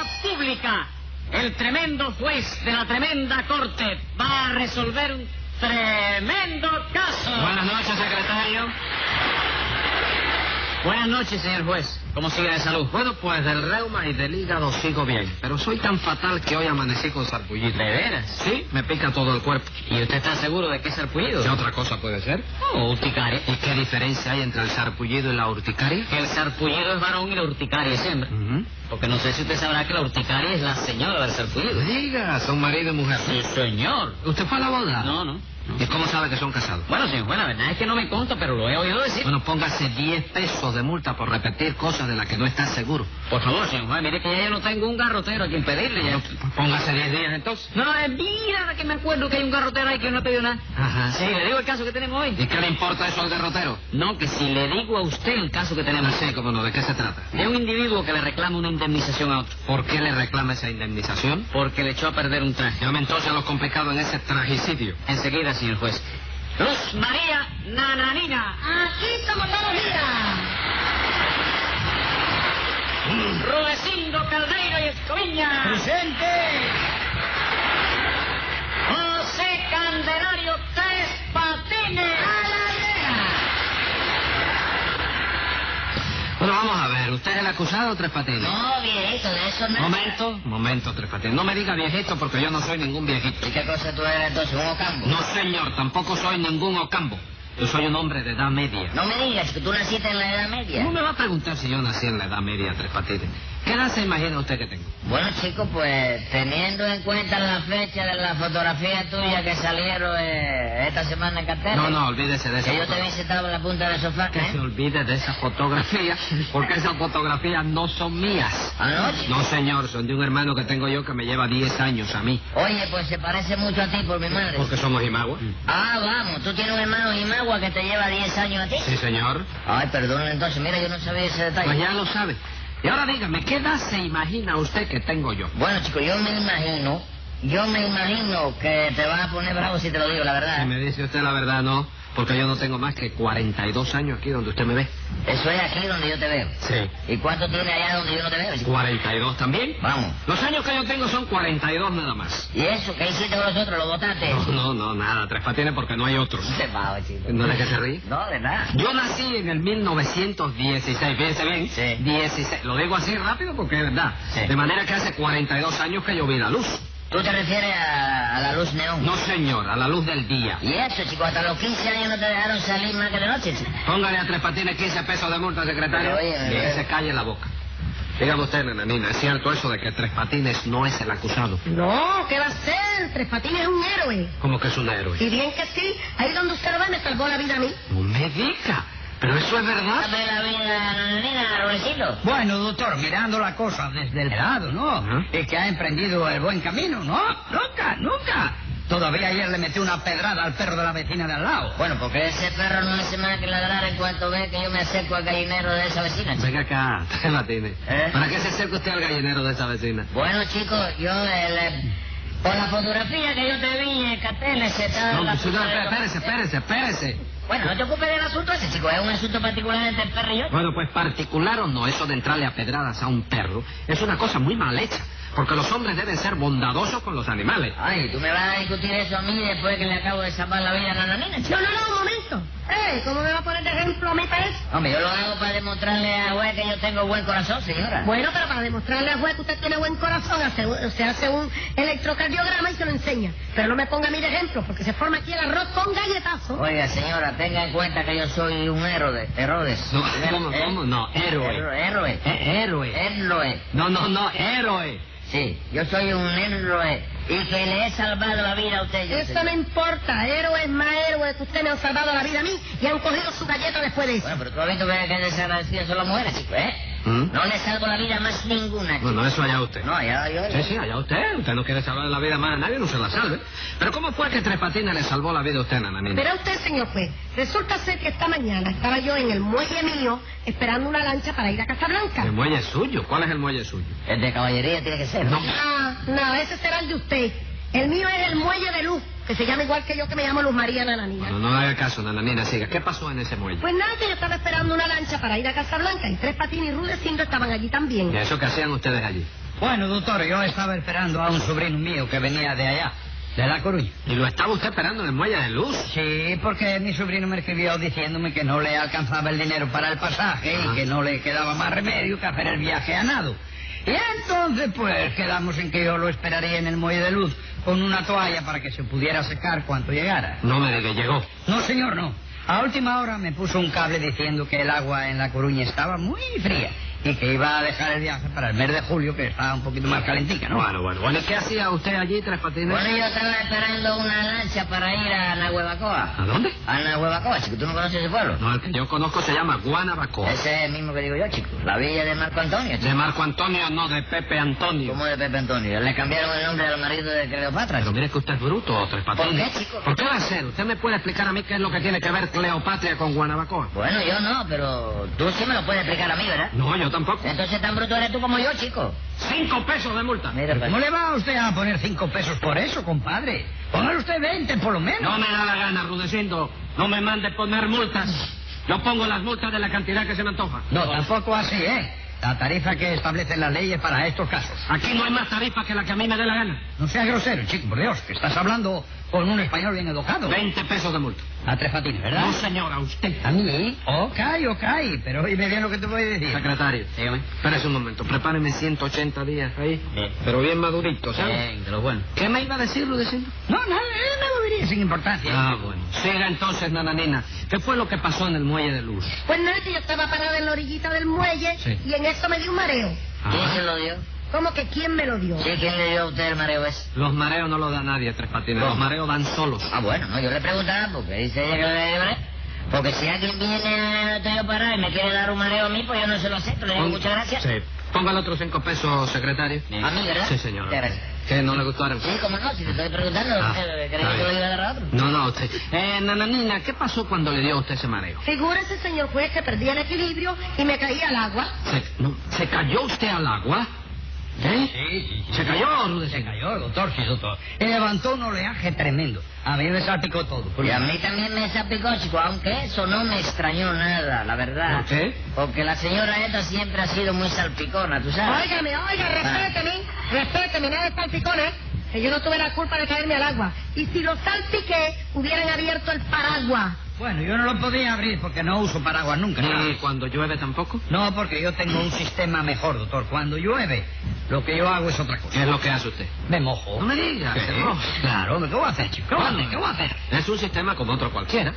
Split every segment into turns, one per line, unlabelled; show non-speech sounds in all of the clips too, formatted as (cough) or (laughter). América, el tremendo juez de la tremenda corte va a resolver un tremendo caso.
Buenas noches, secretario.
Buenas noches, señor juez. ¿Cómo sigue de salud?
Bueno, pues del reuma y del hígado sigo bien, pero soy tan fatal que hoy amanecí con sarpullido.
¿De veras?
Sí, me pica todo el cuerpo.
¿Y usted está seguro de que es sarpullido?
¿Qué otra cosa puede ser?
Oh, urticaria.
¿Y qué diferencia hay entre el sarpullido y la urticaria?
El sarpullido es varón y la urticaria es hembra.
Ujú.
Porque no sé si usted sabrá que la urticaria es la señora del sarpullido.
Diga, son marido y mujer.
Sí, señor.
¿Usted fue a la boda?
No, no.
¿Y cómo sabe que son casados?
Bueno, señor juez, la verdad es que no me consta, pero lo he oído decir.
Bueno, póngase 10 pesos de multa por repetir cosas de las que no está seguro.
Por favor, señor juez, mire que ya yo no tengo un garrotero a quien pedirle. Ya.
Póngase 10 días entonces.
No, eh, mira que me acuerdo que hay un garrotero ahí que no ha pedido nada.
Ajá.
Sí, le digo el caso que tenemos
¿Y
hoy.
qué le importa eso al derrotero?
No, que si le digo a usted el caso que tenemos.
Sí, cómo no, ¿de qué se trata?
De un individuo que le reclama una indemnización a otro.
¿Por qué le reclama esa indemnización?
Porque le echó a perder un traje.
Llame entonces a lo complicado en ese tragicidio.
Enseguida, señor juez. Luz María Nananina.
Aquí estamos todos días.
Rudecindo Caldeiro y Escoviña.
¡Presente!
José Candelario Tres Patines.
A la reja.
Bueno, vamos a ver, ¿usted es el acusado, Tres Patines?
No, viejito, de eso no.
Momento, momento, Tres Patines. No me diga viejito porque yo no soy ningún viejito.
¿Y qué cosa tú eres entonces? ¿Un ocambo?
No, señor, tampoco soy ningún ocambo. Yo soy un hombre de edad media.
No me digas que tú naciste en la Edad Media.
¿Cómo me va a preguntar si yo nací en la edad media, Tres Patines? ¿Qué edad se imagina usted que tengo?
Bueno, chicos, pues teniendo en cuenta la fecha de la fotografía tuya que salieron eh, esta semana en cartera.
No, no, olvídese de eso.
Que yo te vi sentado en la punta del sofá.
Que se
¿eh?
olvide de esa fotografía, porque esas fotografías no son mías.
Anoche.
No, señor, son de un hermano que tengo yo que me lleva 10 años a mí.
Oye, pues se parece mucho a ti por mi madre.
Porque somos imagua.
Ah, vamos, tú tienes un hermano Imagua que te lleva 10 años a ti.
Sí, señor.
Ay, perdón, entonces, mira, yo no sabía ese detalle.
Pues ya lo sabe. Y ahora dígame, ¿qué edad se imagina usted que tengo yo?
Bueno, chicos, yo me imagino, yo me imagino que te vas a poner bravo si te lo digo, la
Si
verdad. ¿eh?
me dice usted la verdad, no, porque yo no tengo más que 42 años aquí donde usted me ve.
Eso es aquí donde yo te veo.
Sí.
¿Y cuánto tiene allá donde yo no te veo, chico?
¿42 también?
Vamos.
Los años que yo tengo son 42 nada más.
¿Y eso qué hiciste con nosotros? ¿Lo botaste?
No,
(laughs)
no, no, nada, tres patines porque no hay otros.
Te pago, chico.
¿No es que se ríe?
No, de nada.
Yo nací en el 1916, fíjense bien.
Sí.
16. Lo digo así rápido porque es verdad.
Sí.
De manera que hace 42 años que yo vi la luz.
¿Tú te refieres a, a la luz neón?
No, señor, a la luz del día.
¿Y eso, chico? Hasta los 15 años no te dejaron salir más que de noche, chico.
Póngale a Tres Patines 15 pesos de multa, secretario.
Pero, oye, eh,
y
pero-
que se calle la boca. Dígame usted, nananina, ¿es cierto eso de que Tres Patines no es el acusado?
No, ¿qué va a ser? Tres Patines es un héroe.
Como que es un héroe.
Y bien que sí, ahí donde usted lo ve me salvó la vida a mí.
No me diga, pero eso es verdad.
Dame Ah, pues la vida, nananina, Rolecito.
Bueno, doctor, mirando la cosa desde el lado, ¿no?
Ajá.
Es que ha emprendido el buen camino, ¿no? Nunca, nunca. Todavía ayer le metí una pedrada al perro de la vecina de al lado.
Bueno, porque ese perro no hace más que ladrar en cuanto ve que yo me acerco al gallinero de esa vecina, chico.
Venga acá, Tres Patines.
¿Eh?
¿Para qué se acerca usted al gallinero de esa vecina?
Bueno, chicos, yo el, eh, por la fotografía que yo te vi en Catenes, se
Ah,
estaba...
No,
la
pues,
punta
no,
de los-
espérese, espérese, espérese.
Bueno, no te ocupes del asunto ese, chico. Es un asunto particular entre el perro y yo.
Bueno, pues particular o no, eso de entrarle a pedradas a un perro es una cosa muy mal hecha. Porque los hombres deben ser bondadosos con los animales.
Ay, tú me vas a discutir eso a mí después que le acabo de salvar la vida a la nena, chico.
No, no, no, un momento. ¡Ey! ¿Cómo me va a poner de ejemplo a mí para eso?
Hombre, yo lo hago para demostrarle a juez que yo tengo buen corazón, señora.
Bueno, pero para demostrarle al juez que usted tiene buen corazón, hace un- se hace un electrocardiograma y se lo enseña. Pero no me ponga a mí de ejemplo, porque se forma aquí el arroz con galletazo.
Oiga, señora, tenga en cuenta que yo soy un héroe, Herodes.
No, ¿cómo,
Eh,
cómo? No, héroe.
Héroe. Héroe.
Eh, héroe.
Héroe.
No, no, no, héroe.
Eh.
Sí, yo soy un héroe y que le he salvado la vida a usted. yo,
Eso
señor.
no importa, héroes más héroes que usted me han salvado la vida a mí y han cogido su galleta después de eso.
Bueno, pero tú has visto que, que desagradecidas son las mujeres, chico, ¿eh?
¿Mm?
No le salvo la vida más ninguna, chico.
Bueno, eso allá usted.
No, ya yo...
Sí, sí, allá usted. Usted no quiere salvar la vida más a nadie, no se la salve. Pero ¿cómo fue que Tres Patines le salvó la vida a usted, nananina?
Verá usted, señor juez, resulta ser que esta mañana estaba yo en el muelle mío esperando una lancha para ir a Casablanca.
El muelle es suyo. ¿Cuál es el muelle suyo?
El de caballería tiene que ser, ¿no?
Ah, no, ese será el de usted. El mío es el muelle de Luz, que se llama igual que yo, que me llamo Luz María Nananina.
Bueno, no haga caso, nananina, siga. ¿Qué pasó en ese muelle?
Pues nada, que yo estaba esperando una lancha para ir a Casablanca y Tres Patines y Rudecindo estaban allí también.
¿Y eso qué hacían ustedes allí?
Bueno, doctor, yo estaba esperando a un sobrino mío que venía de allá, de La Coruña.
Y lo estaba usted esperando en el muelle de luz.
Sí, porque mi sobrino me escribió diciéndome que no le alcanzaba el dinero para el pasaje
Ah.
y que no le quedaba más remedio que hacer el viaje a nado. Y entonces, pues, quedamos en que yo lo esperaría en el muelle de luz con una toalla para que se pudiera secar cuando llegara.
No me diga, llegó.
No, señor, no. A última hora me puso un cable diciendo que el agua en La Coruña estaba muy fría y que iba a dejar el viaje para el mes de julio, que estaba un poquito más calentica, ¿no?
Bueno, bueno, bueno. ¿Y qué hacía usted allí, Tres Patines?
Bueno, yo estaba esperando una lancha para ir a Nahuevacoa.
¿A dónde?
A Nahuevacoa, chico, ¿tú no conoces ese pueblo?
No, el que yo conozco se llama Guanabacoa.
Ese es el mismo que digo yo, chico. La villa de Marco Antonio, chico.
De Marco Antonio, no de Pepe Antonio.
¿Cómo de Pepe Antonio? Le cambiaron el nombre al marido de Cleopatra,
Pero
chico.
mire que usted es bruto, Tres Patines.
¿Por qué, chico?
¿Por qué va a ser? ¿Usted me puede explicar a mí qué es lo que tiene que ver Cleopatria con Guanabacoa?
Bueno, yo no, pero tú sí me lo puedes explicar a mí, ¿verdad?
No, yo tampoco.
Entonces tan bruto eres tú como yo, chico.
Cinco pesos de multa.
Mira, pues.
¿Cómo le va a usted a poner cinco pesos por eso, compadre? Póngale usted 20 por lo menos.
No me da la gana, Rudecindo. No me mande poner multas. Yo pongo las multas de la cantidad que se me antoja.
No, tampoco así, ¿eh? La tarifa que establecen las leyes para estos casos.
Aquí no hay más tarifa que la que a mí me dé la gana.
No seas grosero, chico, por Dios, que estás hablando con un español bien educado.
Veinte pesos de multa.
A tres patines, ¿verdad?
No, señora, usted.
¿A mí? Ok, ok, pero oíme bien lo que te voy a decir.
Secretario, dígame. Espérese un momento, prepáreme 180 días ahí.
Bien.
Pero bien madurito, ¿sabes?
Bien, de lo bueno.
¿Qué me iba a decir, Rudecindo?
No, no, no, no lo diría sin importancia.
Ah, bueno. Siga entonces, nananina. ¿Qué fue lo que pasó en el muelle de luz?
Pues nada, que yo estaba parada en la orillita del muelle
Sí.
y en eso me dio un mareo.
¿Quién
Ah.
se lo dio?
¿Cómo que quién me lo dio?
Sí, ¿quién le dio a usted el mareo ese?
Los mareos no los da nadie, Tres Patines.
No.
Los mareos dan solos.
Ah, bueno, no, yo le preguntaba porque dice ella que le dio el mareo. Porque si alguien viene estoy yo parado y me quiere dar un mareo a mí, pues yo no se lo acepto. Le digo
Pon-
muchas gracias.
Sí. Póngale otros cinco pesos, secretario.
A mí, ¿verdad?
Sí, señora.
Muchas gracias.
¿Que no le gustaron?
Sí, como no, si te estoy preguntando,
Ah,
eh, ¿crees
está
que
bien.
lo iba a agarrar otro?
No, no, usted. Eh, nananina, ¿qué pasó cuando le dio a usted ese mareo?
Figúrese, señor juez, que perdí el equilibrio y me caí al agua.
¿Se, no, ¿se cayó usted al agua? ¿Eh?
Sí, sí, sí.
¿Se cayó, Rudecindo?
Se cayó, doctor, sí, doctor. Y levantó un oleaje tremendo. A mí me salpicó todo.
Y a mí también me salpicó, chico, aunque eso no me extrañó nada, la verdad.
¿Por qué?
Porque la señora esta siempre ha sido muy salpicona, ¿tú sabes?
Óigame, oiga, respéteme, respéteme, nada de salpicones. Que yo no tuve la culpa de caerme al agua. Y si lo salpiqué, hubieran abierto el paraguas.
Bueno, yo no lo podía abrir porque no uso paraguas nunca.
¿Ni
¿sabes?
cuando llueve tampoco?
No, porque yo tengo un sistema mejor, doctor. Cuando llueve, lo que yo hago es otra cosa.
¿Qué es lo que hace usted?
Me mojo.
No me diga, Oh.
Sí.
se moja.
Claro, hombre, ¿qué voy a hacer, chico? ¿Qué voy a hacer? ¿Qué voy a hacer?
Es un sistema como otro cualquiera.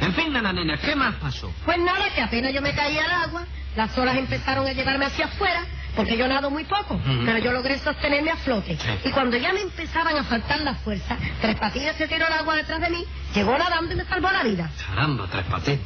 En fin, nananina, ¿qué más pasó?
Pues nada, que apenas yo me caí al agua, las olas empezaron a llevarme hacia afuera, porque yo nado muy poco,
Ujú.
pero yo logré sostenerme a flote.
Sí.
Y cuando ya me empezaban a faltar las fuerzas, Tres Patines se tiró al agua detrás de mí, llegó nadando y me salvó la vida.
Caramba, tres patines.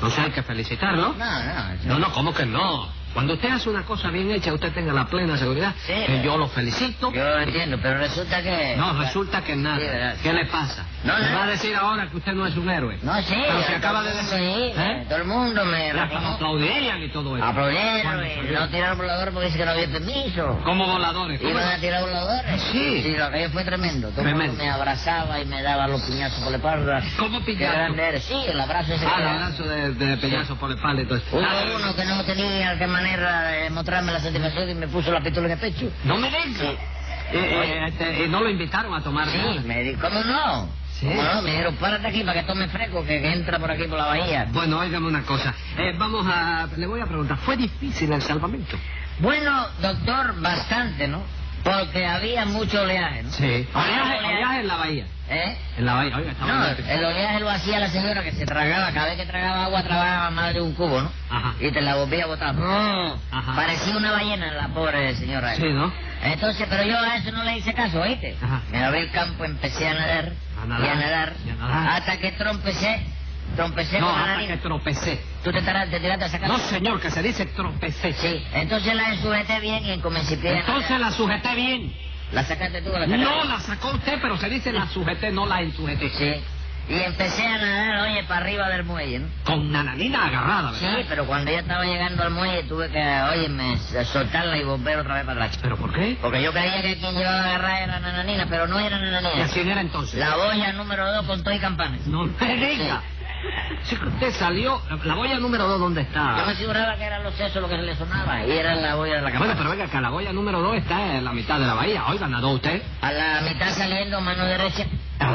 No sé, hay que felicitarlo.
No, no, eso-
No, no, ¿cómo que no? Cuando usted hace una cosa bien hecha, usted tenga la plena seguridad.
Sí.
que yo lo felicito.
Yo entiendo, pero resulta que...
No, resulta que
Sí,
nada.
¿verdad?
¿Qué le pasa?
No,
¿Me
no.
va a decir ahora que usted no es un héroe?
No, sí.
Pero se
todo
acaba
el
de
mundo
decir.
ahí,
¿Eh?
Todo el mundo me
Le aplaudían y todo eso.
Aplaudieron,
Cuando
y
salió.
no tiraron volador porque dice que no había permiso.
Como voladores. ¿Cómo? Ah,
Iban a tirar voladores.
Sí.
Sí, lo que yo fue tremendo. Todo el
Tremendo.
mundo me abrazaba y me daba los piñazos por la espalda.
¿Cómo
Qué
pillazo?
grande eres. Sí, el abrazo ese.
Ah,
que-
el abrazo de, de pillazo por la espalda y todo eso.
Hubo
Ah,
uno que no tenía qué manera de mostrarme la satisfacción y me puso la pistola en el pecho.
No me digas.
Sí.
Eh, eh, este, y no lo invitaron a tomar
Sí,
nada.
me dijo, ¿cómo no?
Sí.
¿Cómo no? Me dijeron, párate aquí para que tome fresco, que, que entra por aquí por la bahía.
Bueno, óigame una cosa. Eh, vamos a... Le voy a preguntar. ¿Fue difícil el salvamento?
Bueno, doctor, bastante, ¿no? Porque había mucho oleaje, ¿no?
Oleaje, oleaje en la bahía.
¿Eh?
En la bahía. Oiga, estaba...
No,
muy-
el oleaje lo hacía la señora que se tragaba, cada vez que tragaba agua tragaba más de un cubo, ¿no?
Ajá.
Y te la volvía a botar.
Ajá.
Parecía una ballena la pobre señora.
Sí, ¿no?
Entonces, pero yo a eso no le hice caso, ¿oíste?
Ajá.
Me abrí el campo, empecé a nadar,
A nadar,
y a nadar,
y a nadar.
hasta que trompecé, trompecé
No,
con la
hasta
nariz.
que tropecé.
Tú te, tardas- te tiraste a sacar.
No, señor, que se dice tropecé.
Sí, entonces la sujeté bien y comencé a nadar.
Entonces la sujeté bien.
La sacaste tú, la sacaste.
No la sacó usted, pero se dice la sujeté, no la ensujeté.
Sí. Y empecé a nadar, oye, para arriba del muelle, ¿no?
Con nananina agarrada,
Sí,
¿verdad?
pero cuando ya estaba llegando al muelle tuve que, oye, me soltarla y volver otra vez para atrás.
¿Pero por qué?
Porque yo creía que quien llevaba a agarrar era Nananina, pero no era
¿Y
Nananina.
así era entonces?
La boya número dos con todo y campanas.
No me
Sí.
diga. Sí que usted salió... La boya número dos, ¿dónde
Yo me
está?
aseguraba que eran los sesos lo que se le sonaba y era la olla de la
Ah. Bueno,
campana.
pero venga, acá la boya número dos está en la mitad de la bahía. Oiga, nadó usted.
A la mitad saliendo mano derecha.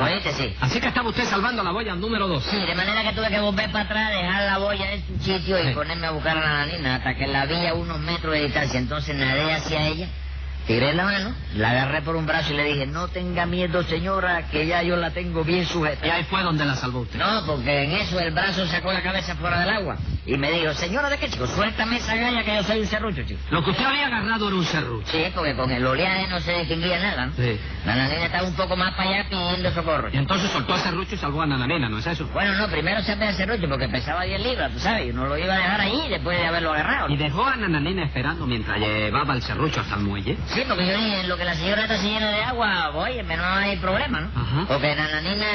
¿Oíste? Sí.
Así que estaba usted salvando la boya número dos.
Sí, de manera que tuve que volver para atrás, dejar la boya en su sitio y
Sí.
ponerme a buscar a la nanina hasta que la vi a unos metros de distancia. Entonces nadé hacia ella, tiré la mano, la agarré por un brazo y le dije, no tenga miedo señora, que ya yo la tengo bien sujeta.
Y ahí fue donde la salvó usted.
No, porque en eso el brazo sacó la cabeza fuera del agua y me dijo, señora, ¿de qué chico? Suéltame esa galla que yo soy un serrucho, chico.
Lo que usted había agarrado era un serrucho.
Sí, porque con el oleaje no se distinguía nada, ¿no?
Sí.
La nanina estaba un poco más para allá pidiendo socorro.
Y entonces soltó el serrucho y salvó a Nananina, ¿no es eso?
Bueno, no, primero se el serrucho porque pesaba 10 libras, tú sabes, y uno lo iba a dejar ahí después de haberlo agarrado. ¿no?
Y dejó a Nananina esperando mientras llevaba el serrucho hasta el muelle.
Sí, porque yo dije, en lo que la señora está se llena de agua, oye, no hay problema, ¿no?
Ajá.
Porque la nanina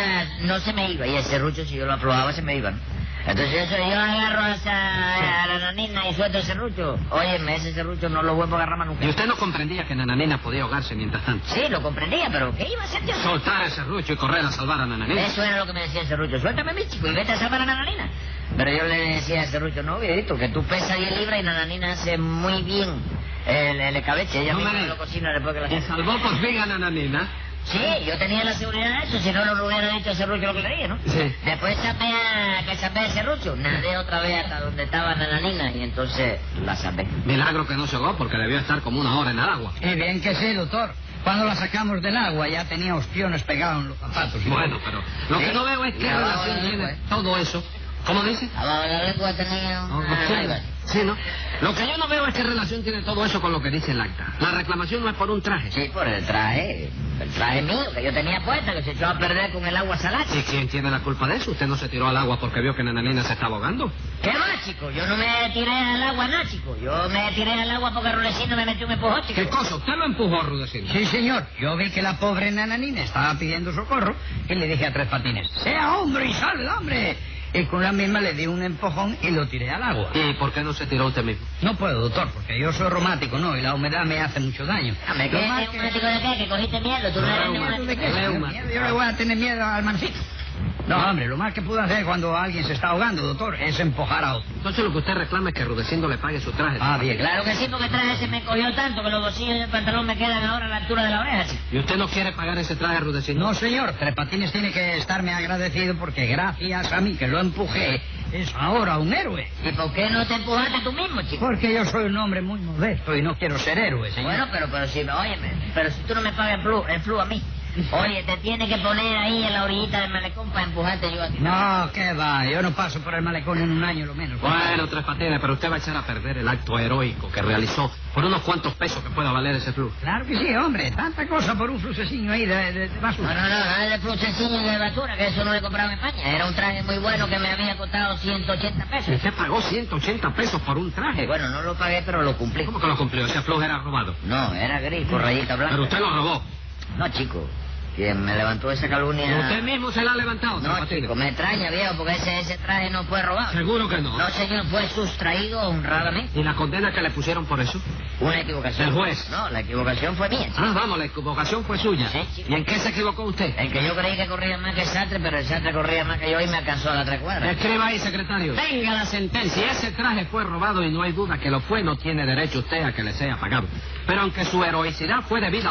no se me iba, y el serrucho, si yo lo aprobaba, se me iba, ¿no? Entonces eso, yo agarro a, esa- a la nanina y suelto el serrucho. Óyeme, ese serrucho no lo vuelvo a agarrar más nunca.
Y usted no comprendía que Nananina podía ahogarse mientras tanto.
Sí, lo comprendía, pero ¿qué iba a hacer yo?
Soltar el serrucho y correr a salvar a
¿Mm?
Nananina.
Eso era lo que me decía el serrucho, suéltame mi chico y vete a salvar a Nananina. Pero yo le decía al serrucho, no, viejito, que tú pesas 10 libras y Nananina hace muy bien el, el escabeche. Ella
No
misma
me
lo
digas.
cocina después que la
Y salvó por fin a Nananina.
Sí, yo tenía la seguridad de eso, si no, no lo hubiera dicho a Serrucho lo que le dije, ¿no?
Sí.
Después sapé a, que sapé a Serrucho, nadé otra vez hasta donde estaba Nananina y entonces la sapé.
Milagro que no se ahogó porque debió estar como una hora en el agua.
Y bien que sí, doctor. Cuando la sacamos del agua ya tenía ostiones pegados en los zapatos. y
Bueno,
todo.
pero lo que no veo es qué
Ya,
relación
bueno,
tiene
pues.
todo eso. ¿Cómo dice?
Abajo de la lengua tenía
No,
una
sí,
jaiba.
sí, ¿no? Lo que yo no veo es qué relación tiene todo eso con lo que dice el acta. La reclamación no es por un traje.
Ah, Sí, por el traje, el traje mío que yo tenía puesta, que se echó a perder con el agua salada.
¿Y quién tiene la culpa de eso? ¿Usted no se tiró al agua porque vio que Nananina se estaba ahogando?
¿Qué más, chico? Yo no me tiré al agua, nada, chico. Yo me tiré al agua porque Rulecino me metió un empujón, chico.
¿Qué cosa? ¿Usted lo empujó, Rudecindo?
Sí, señor. Yo vi que la pobre nananina estaba pidiendo socorro y le dije a Tres Patines, sea hombre y salga, hombre. Y con la misma le di un empujón y lo tiré al agua.
¿Y por qué no se tiró usted mismo?
No pues puedo, doctor, porque yo soy romático, ¿no? Y la humedad me hace mucho daño.
Hombre,
Lo
¿qué?
más
¿Un
que-
ático de qué? ¿Que cogiste miedo? ¿Tú no eres
Reuma.
neumático?
¿De qué?
Reuma.
Yo le voy a tener miedo al mancito. No, hombre, lo más que puedo hacer cuando alguien se está ahogando, doctor, es empujar a otro.
Entonces lo que usted reclama es que Rudecindo le pague su traje.
Ah, bien, claro.
Claro que sí, porque el traje se me cogió tanto que los bolsillos del pantalón me quedan ahora a la altura de la oreja. chico.
¿Y usted no quiere pagar ese traje, Rudecindo?
No, señor, Tres Patines tiene que estarme agradecido porque gracias a mí que lo empujé, es ahora un héroe.
¿Y por qué no te empujaste tú mismo, chico?
Porque yo soy un hombre muy modesto y no quiero ser héroe, señor.
Bueno, pero, pero si, óyeme, pero si tú no me pagas el flu, el flu a mí. Oye, te tienes que poner ahí en la orillita del malecón para empujarte yo a ti.
No, qué va, yo no paso por el malecón en un año lo menos.
Bueno, Tres Patines, pero usted va a echar a perder el acto heroico que realizó por unos cuantos pesos que pueda valer ese club.
Claro que sí, hombre, tanta cosa por un fruceciño ahí de, de- de
No,
basura.
no, no, no es de flu sencillo y de basura, que eso no lo he comprado en España. Era un traje muy bueno que me había costado 180
Y
pesos.
usted pagó 180 pesos por un
Y
traje.
bueno, no lo pagué, pero lo cumplí.
¿Cómo que lo cumplió? Ese flujo era robado.
No, era gris, con rayita blanca.
Pero usted lo robó.
No, chico, quien me levantó esa calumnia...
Usted mismo se la ha levantado, Tres
No,
Patines.
chico, me extraña, viejo, porque ese, ese traje no fue robado.
Seguro que no.
No, señor, fue sustraído honradamente.
¿Y la condena que le pusieron por eso?
Una equivocación.
Del juez.
No, la equivocación fue mía. chico.
Ah, vamos, la equivocación fue suya.
Sí, chico.
¿Y en qué se equivocó usted?
El que yo creí que corría más que el Sastre, pero el Sastre corría más que yo y me alcanzó a la tres cuadras.
Escriba ahí, secretario.
Venga la sentencia.
Si ese traje fue robado y no hay duda que lo fue, no tiene derecho usted a que le sea pagado. Pero aunque su heroicidad fue debida...